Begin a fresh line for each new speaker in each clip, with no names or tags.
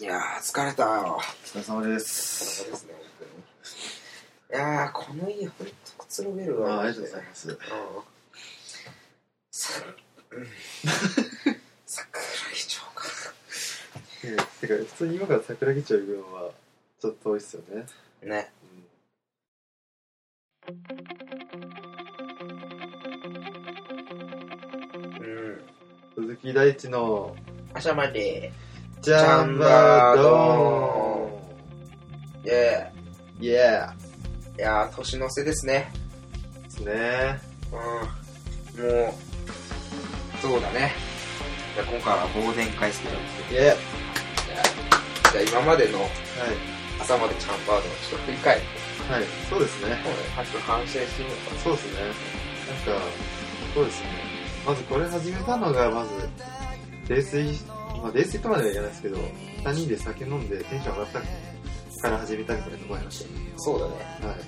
いやー、疲れたよ。
お疲れ様です。
ですね、本当に。いやー、この家、ほんとくつろげるわ。
あありがとうございます。
うんさ、うん桜木町か。
てか、普通に今から桜木町行くのは、ちょっと遠いっすよね。
ね。うん。
うん、鈴木大地の、
朝まで。
ジャンバード
いや
ーンイエー
いやー、年の瀬ですね。
ですね。
うん。もう、そうだね。じゃあ今回は忘年会スペシャル
イエー
じゃあ今までの
は
朝までチャンバードをちょっと振り返って、
い。はい。そうですね。
ちょっと反省してみよう
そうですね。なんか、そうですね。まずこれ始めたのが、まず、泥酔、まあ、泥酔とまではいかないですけど、3人で酒飲んでテンション上がったから始めたみたいなところありまし
か。そうだね。
た。はい。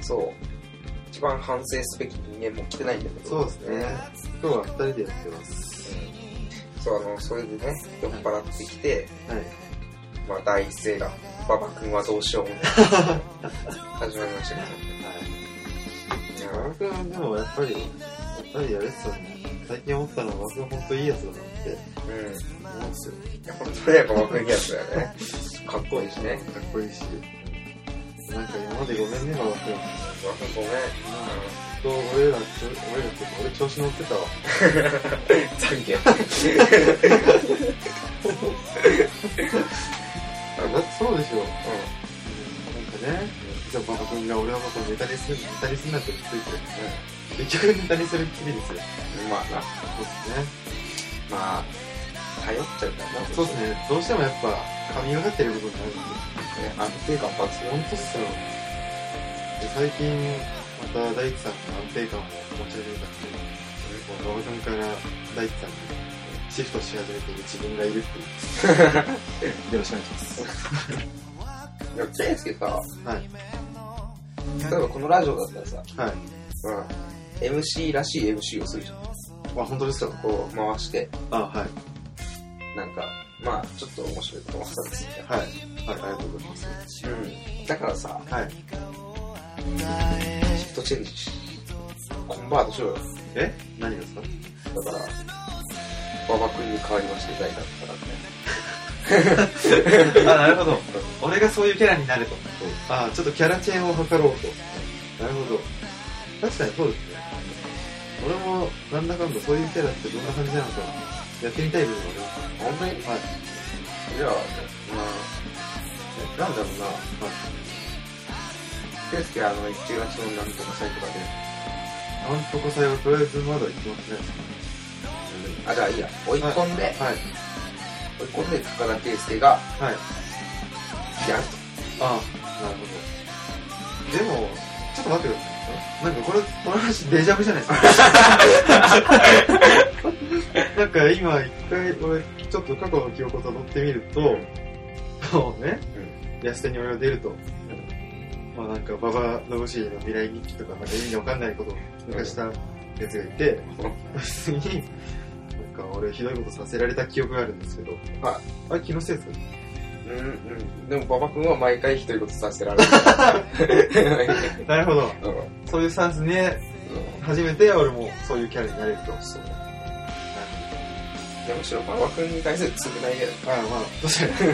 そう。一番反省すべき人間も来てないんだけど。
そうですね。今日は2人でやってます。
うん。そう、あの、それでね、酔っ払ってきて、
はい。
まあ、第一声が、馬場君はどうしよ うもない。始まりましたけど。いや
僕はでもやっぱり、やっぱりやれてたね。最近思ったのは、僕は本当いいやつだなって
うん。
思うんですよ。
いや、本当にやっぱ馬場君いいやつだよね。かっこいいしね。
かっこいいし。なんか今までごめんね、
馬
馬場君。
場君ごめん。
本当俺ら、俺らって、俺調子乗ってたわ。
懺
あだってそうでしょ。なん
悔。
かね、じゃあ馬場君が俺のことをネタにする、ネタにするなんて言ってて、結局ネタにするっきりですよ。
うん。まあな。
そうですね。
まあ、頼っちゃうんだな。
そうですね。どうしてもやっぱ、神がかってることになるんで。
ね。安定感抜群。
本当っすよで最近また大地さんの安定感を持ち始めたっていう馬場君から大地さんにシフトし始めている自分がいるっていうよろしくお願いします
いや、ケイスケさ、
はい
例えばこのラジオだったらさ、
はい
うん、MC らしい MC をするじゃん。
あ本当ですか
こう回して、
あはい
なんか、まあちょっと面白いことわったんです
はいはいありがとうございます
よ。うん。だからさ、
はい
シフトチェンジし、コンバートしろよ。
え何がですか
だから、馬場君に代わりましていただいたからね。
あなるほど俺がそういうキャラになるとあちょっとキャラチェーンを図ろうとなるほど確かにそうですね俺もなんだかんだそういうキャラってどんな感じなのかやってみたい部分はあります
本当に
はい
じゃあ、まあ、なんだろうな、ケイスケあの、1月のなんとかサイトが出る。
なんとか祭はとりあえずまだ行きますね。
あ、じゃあいいや。追い込んで、
はい。
追い込んで高田圭介が
はい。
やる
ああ、なるほど。でも、ちょっと待ってください。なんかこれ、この話デジャブじゃないですか。なんか今一回、俺、ちょっと過去の記憶を辿ってみると、そうね、安手に俺が出ると。まあなんか、馬場信氏の未来日記とか、なんか意味のわかんないことを抜かしたやつがいて、別に、なんか俺ひどいことさせられた記憶があるんですけど、
は
あれ気のせいですか
い。うんうん。でも馬場君は毎回ひどいことさせられる。
なるほど。
うん。うん
そういうスタンスね、初めて俺もそういうキャラになれると。
そう。いや、むしろ馬場君に対する償いだよね。
ああまあ、確かに。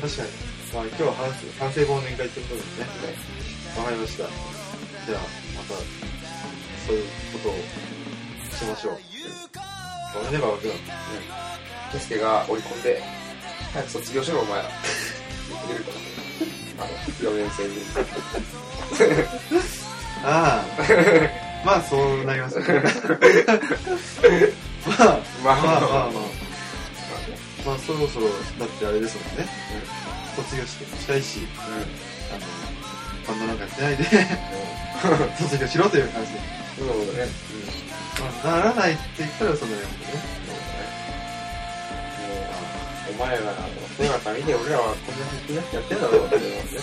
確かに。まあ今日は反省反省忘年会ってことですね。わかりました。じゃあ、また、そういうことをしましょう。ごめんね、馬場君。
圭介が追い込んで、早く卒業しろ、お前ら。って言ってくれるから。あの、4年生に。
ああ。まあ、そうなりますね。まあ、
まあ
まあまあまあ。まあ、そろそろ、だってあれですもんね。卒業してしたいし、
うん。うん。
あの、バンドなんかやってない で。卒業しろという感じで。
そうだね。うん。
まあ、ならないって言ったらそのようにね。
そうだね。もう、お前らの姿見て俺らはこんなにやってんだろうって思って。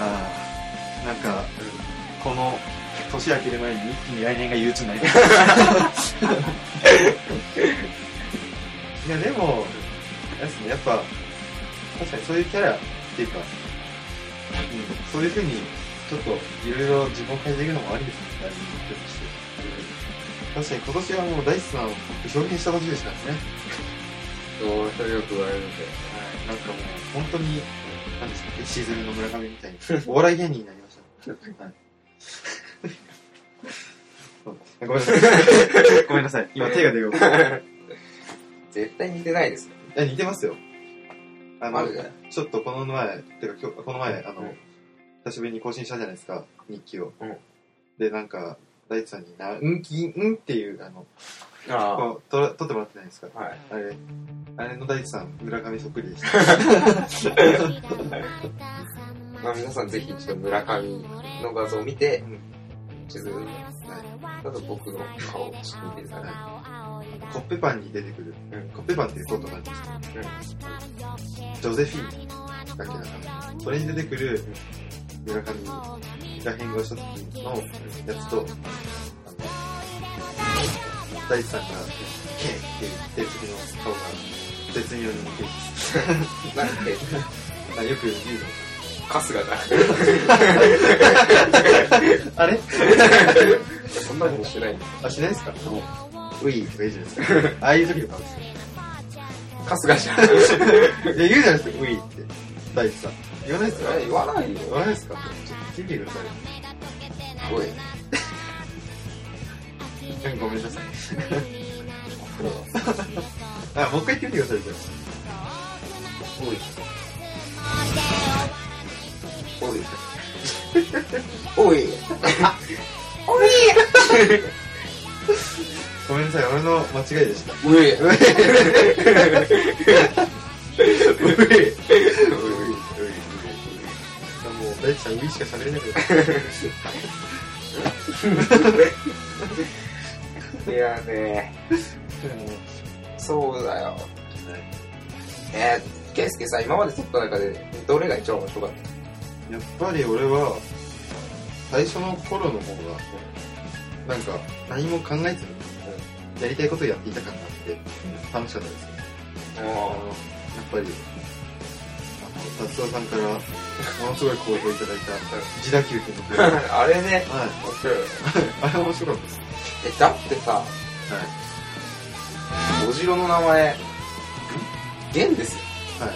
ああ、なんか、
うん。
この年明ける前に一気に来年が憂鬱にな りいや、でも、あれですね、やっぱ、確かにそういうキャラっていうか、うん、そういうふうに、ちょっと、いろいろ自分を変えていくのもありですね、大事にとして。確かに今年はもう大地さんを表現した年でしたね。
そう、それよく言われるんで。
はい。なんかもう、本当に、なんですか、シーズンの村上み たいに、お笑い芸人になりました、ね。はい。 ごめんなさい。ごめんなさい。今手が出よう。
絶対似てないですね。
いや似てますよ。あの
マジ、で。
ちょっとこの前、てか今日、この前、あの、
うん
久しぶりに更新したじゃないですか、日記を。
うん
で、なんか、大地さんにな、うんき、うんっていう、あの、
あ
こうとら撮ってもらってないですか。
あ。はい。
あれ、あれの大地さん、村上そっくりでした。
まあ皆さんぜひ一度村上の画像を見て
うん、
地図、はい。ただ僕の顔をちょっと見てください。
コッペパンに出てくる、
うん
コッペパンっていうコントがありました、ジョゼフィーヌだっけなそれに出てくる村上が変顔した時のやつと、あの大地さんが「ケン」って言ってる時の顔が絶妙に似てる
なんで、
あよく言
春日だ。
うのあれ
そんなことしてないんで
あしないですか
も
ウィーとか言うじゃないですかああいう時の顔ですよ
春日じゃん。
いや言うじゃないですかウィーって大地さん言わないですか
言わないよ。
言わないですかちょっと聞いてください
すごい。
ごめんなさい。あ、もう一回言ってみてください、じゃ
多い。多い。多い。
あごめんなさい、俺の間違いでした。
多い。
もう、大地さん、ウィしか喋れなくなった。
いやね、そうだよ。えー、ケイスケさん、今まで撮った中で、どれが一番面白かっ
やっぱり俺は、最初の頃の方が、なんか、何も考えずに、やりたいことをやっていた感があって、楽しかったです。
た
あのやっぱり、あの達夫さんから、ものすごい好評いただいた、自打球君の声。 はい。
あれね、面白いよね。
あれ面白かったです。
え、だってさ、
はい。
おじろの名前、ゲンですよ。
はい。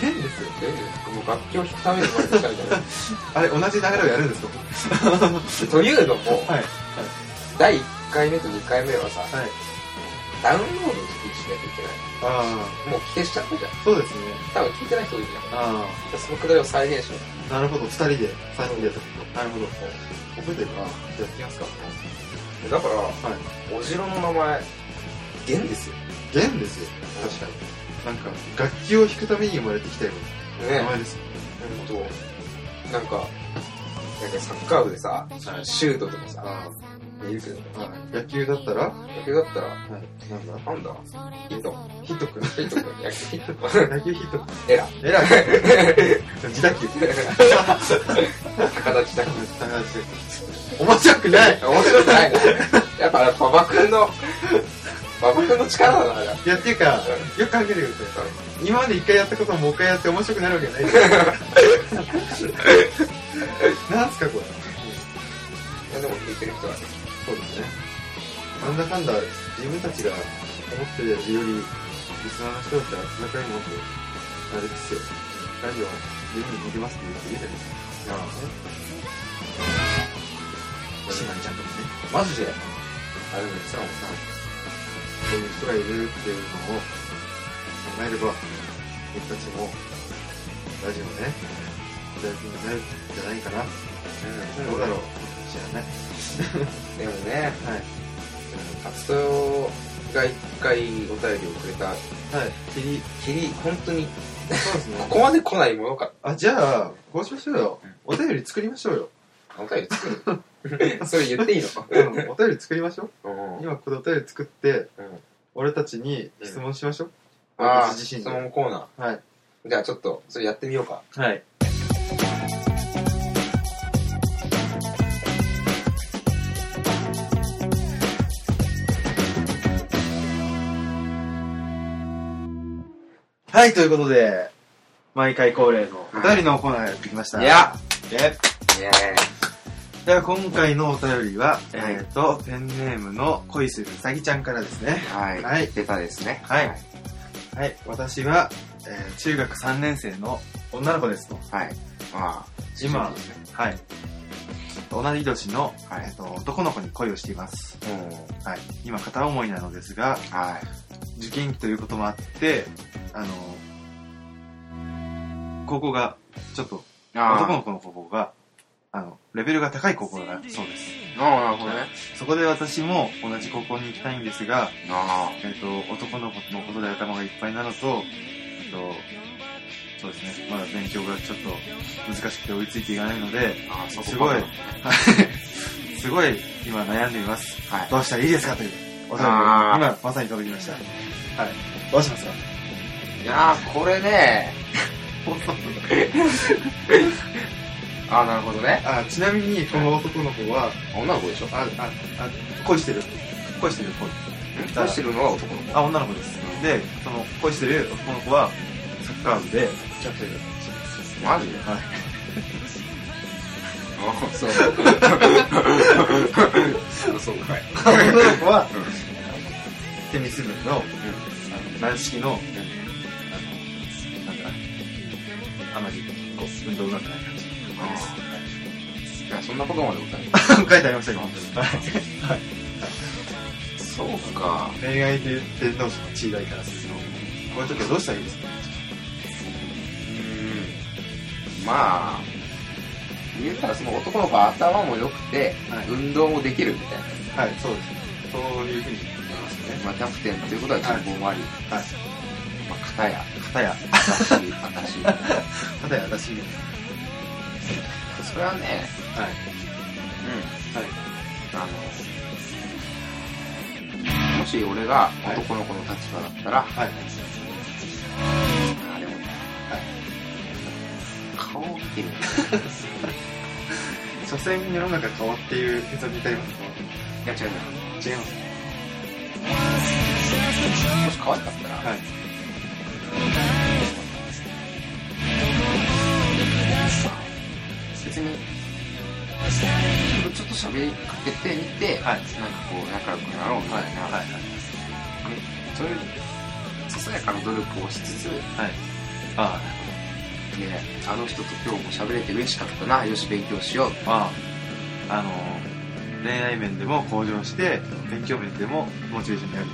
ゲームですよ。
ゲンもう楽器を弾くために生まれてきたみたいな。
あれ、同じ流れをやるんですか
というのも、
はい。
第1回目と2回目はさ、
はい。
ダウンロードの時にしなきゃいけ
あ
ない。もう消しちゃったじゃん。
あ、そうですね。
多分聞いてない人多いんだか
あ
ら。そのくだりを再現しよ
あ、なるほど。二人で、三人でやったこと。なるほど。覚えてるな。じゃあ、行きますか。
う。だから、
はい。
お城の名前、ゲンですよ。
ゲンですよ。確かに。なんか、楽器を弾くために生まれてきたような名
ね。
前ですよ。
ほんと。なんか、なんかサッカー部でさ、シュートとかさ、いるけど、
はい。野球だったら、は
野球だったら、
い。なんだ
なんだヒット。
ヒット くん。
ヒットくん、野球ヒットくん。
野球ヒット く
エラ。
ん。えらい。 自打球。
高田自宅。
面白くない。
面白くないな。やっぱ、馬場くんの、馬場くんの力だな、あれ
いや、っていうか、よく考えてください。今まで一回やったことをもう一回やって面白くなるわ けないですよなんすかこれ
いやでも聞いてる人はね、
そうですねなんだかんだ自分たちが思ってるよりリスナーの人たちは仲良いもんとあれですよラジオは自分に向けますって言う人いるじゃないですか島根ちゃんとかね
マジであれもさ、も
そういう人がいるっていうのを考えれば僕たちもラジオね大事になるんじゃないかな、
ん
どうだろう知らない
でもね、
はい
活動が一回お便りをくれた、
はい。キリ。
きり、本当に、
そうです
こ
ね。
こまで来ないものか。
あ、じゃあ、こうしましょうよ。お便り作りましょうよ。
お便り作るそれ言っていいの
うん、お便り作りましょう。
うん
今ここでお便り作って、
うん
俺たちに質問しましょう。
ああ、
私
質
自身で。
問コーナ
はい。
ー。じゃあちょっと、それやってみようか。
はい。はい、ということで、毎回恒例のお便りのコーナーやってきました。
いや
で
イエ
では今回のお便りは、
はい
えっ、と、ペンネームの恋するうさぎちゃんからですね。
ーイ。は
はいい。
出たですね。
はい。はい、私は、えー中学3年生の女の子ですと。
はい。まあ、
今
そうですね
はい。同じ年の、
はい
えっと男の子に恋をしています。
うん。
はい。今片思いなのですが、
はい。
受験期ということもあって、あの、高校が、ちょっと、男の
あ
子の高校が、あの、レベルが高い高校だそうです。
ーあー、なるほどね。
そこで私も同じ高校に行きたいんですが、
あ
えっ、と、男の子のことで頭がいっぱいなのと、えっと、そうですね、まだ勉強がちょっと難しくて追いついていかないので、
ーあー、そこ
すごい
はい。
はいすごい今悩んでいます。どうしたらいいですかというお便り
あー
が今まさに届きました。はい。どうしますか
いやー、これね。あー、なるほどね。
あちなみにこの男の子は、
女の子でしょ
あ、あ、あ、恋してる。恋してる、恋。
出してるのは男の子。
あ、女の子です。で、その恋してる男の子は、サッカー部で、キャプテンだっ
マジで
た。はい。
ああ、 そう。そうかい。
女の子は、テニス部の、あの軟式の、あの、なんだ、あまり、こう、運動うまくない感じ。
いや、そんなことまで答え
書いてありました、今。はい。
る。そうか。
恋愛で天皇賞の地位代からすると、こういう時はどうしたらいいですか
うんまあ、言うたらその男の子は頭も良くて、
はい
運動もできるみたい
はい、そうですね。そういうふうに言ってます
な。
ね。
まあ、キャプテンということは人望もあり、
はい。
まあ、片や、
片や、
私、 私。
片や私に。
それはね、
はい。
うん。
はい
あの、もし俺が男の子の立場だったら、
はい。
あれも、顔を見て る。
所詮世の中変わっている結論に至りますか
いや、違う違う。
違いますね。
もし可愛かったら、
はい。
別に、ちょっと喋りかけてみて、
は
なんか
い
こう、仲良くなろうみたいな、
はい。
そういう、ささやかな努力をしつつ、ね、
はい。あ
あの人と今日も喋れて嬉しかったな、よし、勉強しよう。
あ、まあ、あのー、恋愛面でも向上して、勉強面でもモチベーションになる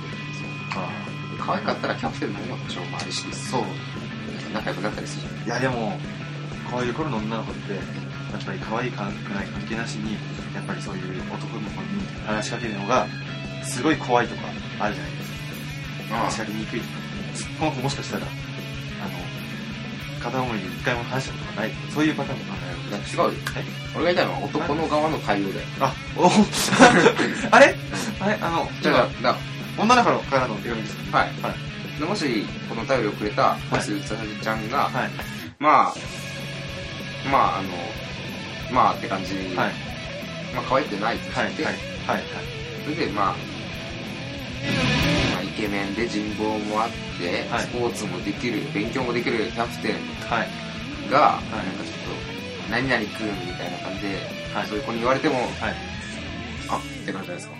あ
可愛かったらキャプテンの音楽賞もありし、
そう。
仲良くなったりするじ
いや、でも、こういう頃の女の子って、やっぱり可愛いかくない関係なしに、やっぱりそういう男の子に話しかけるのが、すごい怖いとかあるじゃないですか。
ゃん。
話しかけにくいとか。この子もしかしたら、あの、片思いで一回も話したことがない。そういうパターンも考えられる。
いや違うよ。
え
俺が言いたいのは男の側の対応だよ。
あ、おあれあれあの、
じ
じ
ゃ
ゃ
あ、だ、
女の子からの手紙です。
はい。
はい。
でもし、この頼りをくれた、まず、うさぎちゃんが、
はい。
まあ、まあ、あの、まあって感じ、
はい。
まあ、可愛くないって
はい。は
言
い
っ。て、
はい。はい。
それで、まあ、まあ、イケメンで人望もあって、
はい
スポーツもできる、勉強もできるキャプテン
はい。
が、なんかちょっと、何々くんみたいな感じで、
はい
そういう子に言われても、
はい。
あって感じじゃないですか。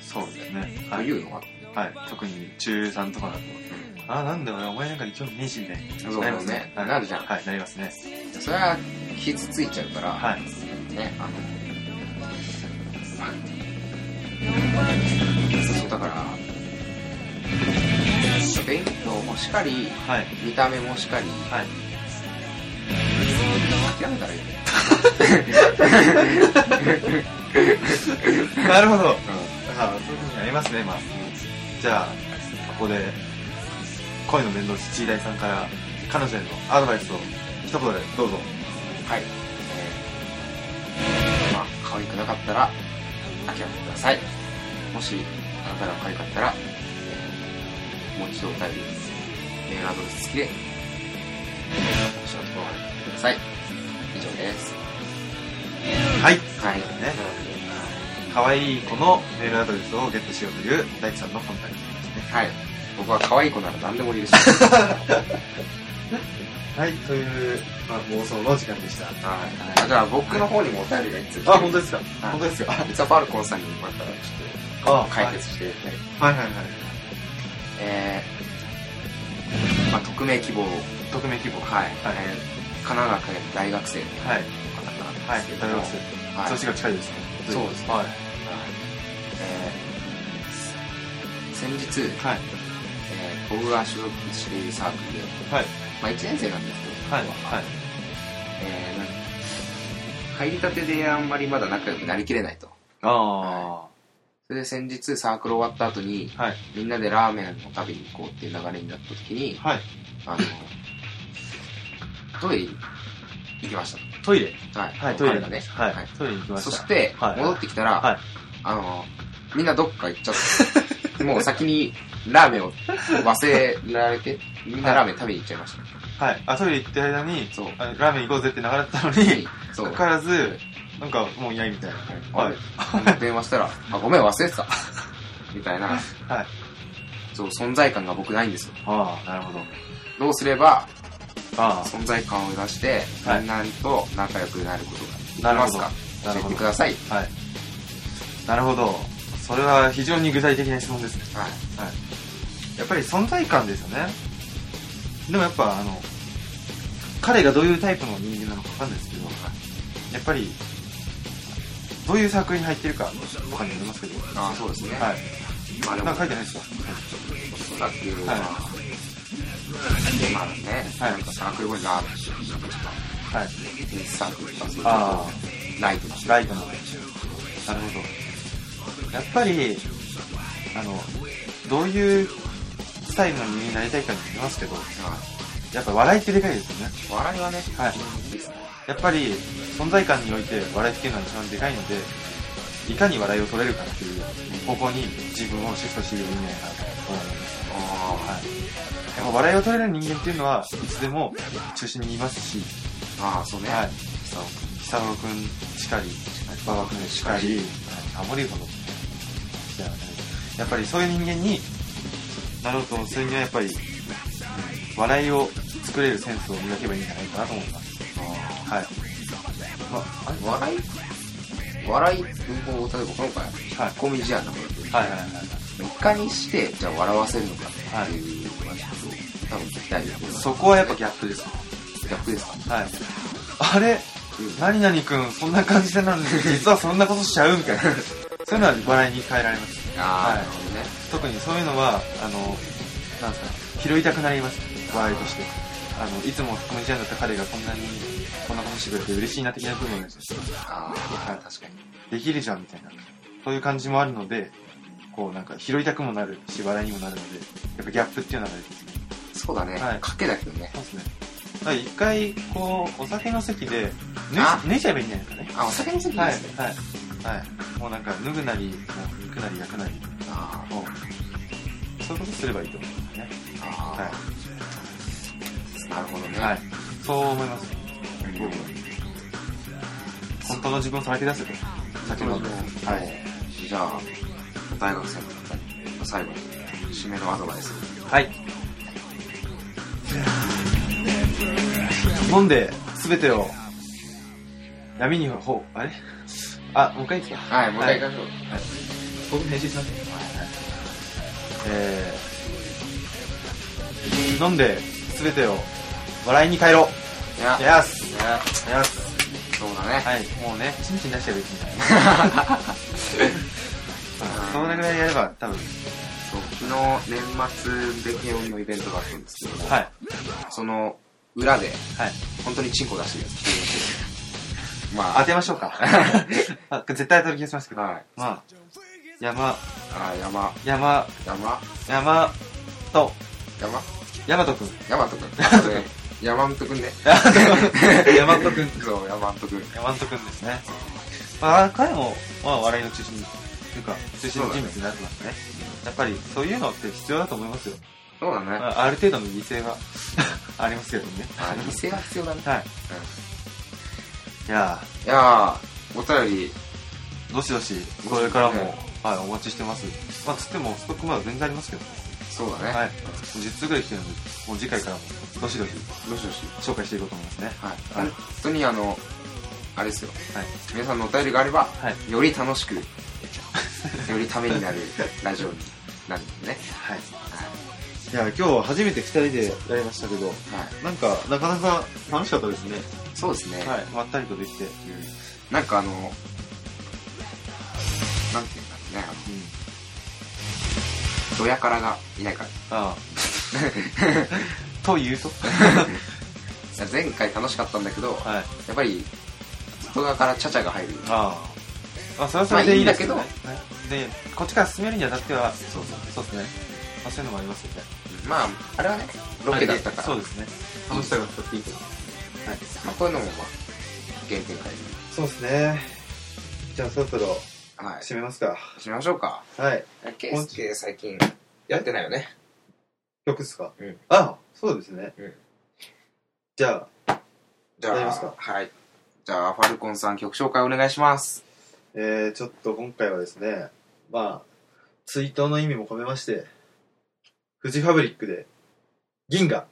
そうですね。
と
はい。
いうのが、
はい。特に中3とかだと。あ、なんだよ、お前なんかに興味ねえし、みたいな。
そうだよね。
はい
なるじゃん。
はい、なりますね。
それは傷ついちゃうから、
はい。
ね、あの、そうだから、勉強もしかり、
はい。
見た目もしかり、
はい。
諦めたらいいね。
なるほど。
うん。
あ、そういうふうにありますね、まあ。じゃあ、ここで、恋の伝道師、チーダイさんから、彼女へのアドバイスを、一言で、どうぞ。
はい。えー、まあ、可愛くなかったら、諦めてください。もし、あなたが可愛かったら、えー、もう一度お便り、メールアドレス付きで、私のところまで送ってください。以上です。
はい。
はい。
ね可愛い子のメールアドレスをゲットしようという大地さんのコンタクトですね。
はい。僕は可愛い子なら何でも許す。
はい、という、まあ、妄想の時間でした。
はい。じゃあ僕の方にもお便りが一通来て
あ、
る
本当ですか
はい
本当ですかはい
実はパルコンさんにまたちょっと
あ
解決して、
はいはい。
えー、まあ、匿名希望、
匿名希望。
はい、
はい
えー神奈川県大学生の
はい。
方なん
は
です
い
け、ど
食べ
も、
ます。
はい
年が近いですね。
そうですね
はい。
えー先日、
はい。
えー僕が所属しているサークルで、
はい。
まあ、1年生なんですけど、
はい。
えーなんか入りたてであんまりまだ仲良くなりきれないと。
あ
それで先日サークル終わった後に、
ー。はい。
みんなでラーメンを食べに行こうっていう流れになった時に、
はい。
あの、トイレに行きまし
トイレ。
た。はい。
はい、トイレ
彼がね。
はい。トイレに行きま
そ
した。
して、
はい
戻ってきたら、
はい
あの、みんなどっか行っちゃって、もう先にラーメンを忘れられて、みんなラーメン食べに行っちゃいまし
はい。あ、トイレ行ってる間に
た。、そう。
あラーメン行こうぜって流れてたのに、
そう。
かかわらず、なんかもういないみたいな。
あれ電話したら、あ、ごめん忘れてた。みたいな、
はい。
そう、存在感が僕ないんですよ。
ああ、なるほど。
どうすれば
あ
存在感を出して、
はい
みんなと仲良くなることができ
なる
ま
ほ
す
ど
か
な
教
るほ
えて
ど
ください。
あ、はい。なるほど。それは非常に具体的な質問ですね。
はい。
やっぱり存在感ですよね。でもやっぱあの、彼がどういうタイプの人間なのかわかんないですけど、やっぱり、どういう作品に入ってるかわかんないと思いますけど。
あそうですね。
はい。
まあで
な
も、
んか
そ
書いてないですか
うだっていうのは、
はい
まあね、
はい
なんかサークル後にラーメンしようとか、
は
イ
い。
ンスタントとか、そういう
あ
ライトと
あ、
か。
ライブの。なるほど。やっぱり、あの、どういうスタイルの人間になりたいかによりますけど、
は
やっぱ笑いってでかいですよね。
い笑いはね、
はい。
いいですね
やっぱり存在感において笑いっていうのは一番でかいので、いかに笑いを取れるかっていう方向に自分をシフトしているんじゃないかなと思います。
あ
はい。やっぱ笑いを取れる人間っていうのはいつでも中心にいますし、
ーあー、そうね。
はい。
そう
久野くんしかり、馬場くんしかり、タモリほど。じゃあねやっぱりそういう人間になろうとするにはやっぱり、笑いを作れるセンスを磨けばいいんじゃないかなと思います。
あ
はい。まあ、あ
ー笑
れ
い笑い、文法、例えば今回、
はい
コミジアンだけど、
はいはいはいはい。
いかにして、じゃあ笑わせるのかっていうのはちょっと、多分聞きたいですけど、
そこはやっぱギャップですね。
逆ですか
はい。あれ何々くん、そんな感じでなんで、実はそんなことしちゃうみたいな。そういうのは笑いに変えられます。
ああ、
はい
なるほどね。
特にそういうのは、あの、なんですか、拾いたくなります。笑いとして。あの、いつもコメディアンだった彼がこんなに、こんなことしてくれて嬉しいな的な部分が
ああ、
はい
確かに。
できるじゃんみたいな。そういう感じもあるので、こうなんか拾いたくもなるし、笑いにもなるので、やっぱギャップっていうのが出てきます。
そうだね。
はい
賭けだけどね。
そうですね。だから一回、こう、お酒の席で、
あ
脱い脱いじゃえばいいんじゃないですかね。
あ、お酒の席
は
で
い
すね。、
はい、はい。もうなんか、脱ぐなり、もう肉なり焼くなり、
あ
もう、そういうことすればいいと思いますね。
ーあ
は
ー、なるほどね。
い。はい。そう思います。
僕
本当の自分をさらけ出せと。先ほど。はい。
じゃあ、大学生の方に、最後に、締めのアドバイス。
はい。飲んで、すべてを、闇にほ、あれあ、もう一回いいですか
はい、もう一回行きましょう。
僕編集しますね。えー、飲んで、すべてを笑いに変えろ。
いや、
やす。
いや
やす。
そうだね。
はい、もうね、チンチン出してるみた いな。それぐらいやれば、多分。
そう昨日、年末で慶音のイベントがあったんですけども、
はい。
その裏で、
はい。
本当にチンコ出してるやつ。まあ、
当てましょうか。あ絶対当たる気がしますけど。
はい。
まあ、山、
あー山、
山、
山、
山と、
山、
山とくん。
山とく ん。山とくん。山とくんね。
山とくん。
そう、山とくん。
山とくんですね。まあ、彼も、まあ、笑いの中心というか、中心の人物になってますね。やっぱり、そういうのって必要だと思いますよ。
そうだね。
まあある程度の犠牲は ありますけどね。
あー、犠牲が必要だね。
はい。いや
いやー、お便り、
ー、どしどし、これからも、はい、お待ちしてます。まあ、つっても、ストックまだ全然ありますけど。
そうだね。
はい。10通ぐらい来てるんで、もう次回からも、どしどし
どしどし。
紹介していこうと思いますね。
はい。
はい
本当にあの、あれですよ。
はい。
皆さんのお便りがあれば、
はい
より楽しく、 よりためになるラジオになるんでね。
はい。
はい
や、今日初めて2人でやりましたけど、
い。はい。
なんか、なかなか楽しかったですね。
そうですね。
はい。まったりとできて。
うん。なんかあの、なんていうんだろうねあの。ドヤからがいないから。
あ あ。というと
いや前回楽しかったんだけど、
はい。
やっぱり、外側からチャチャが入る。
ああ。まあ、それはそれでいいですけど、ね
まあい
で、こっちから進めるにあたっては、
そうそう。
そうですね。まあ、そういうのもありますよね。
まあ、あれはね、ロケだったから。
そうですね。楽しさがあったっていいと思う。はい。
まあ、こういうのも、まあ、原点回
そうですね。じゃあ、そろそろ、
帰。はい。し
締めますか。
ましょうか。
はい。
ケースケ最近、やってないよね。
曲ですか
うん
あ、そうですね。
うん
じゃあ、
じゃ
やりますか
あ、はい。じゃあ、ファルコンさん曲紹介お願いします。
えー、ちょっと今回はですね、まあ、追悼の意味も込めまして、フジファブリックで、銀河。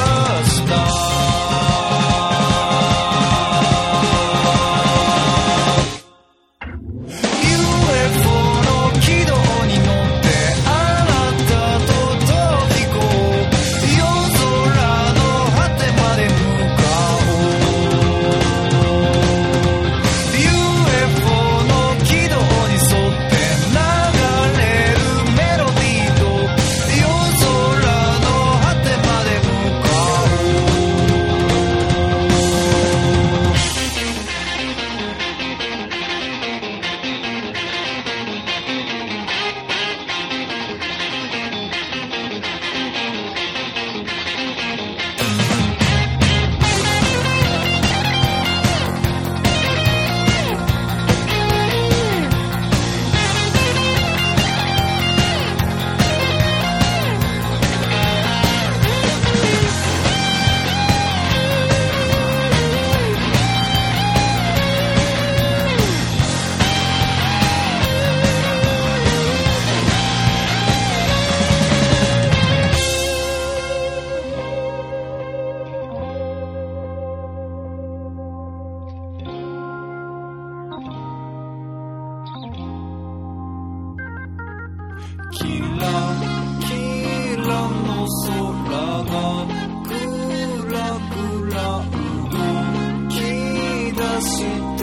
「UFO の軌道に乗ってあなたと飛び出こう」「夜空の果てまで向かおう」「UFO の軌道に沿って流れるメロディーと」「夜空の果てまで向かおう」キラキラの空が暗くして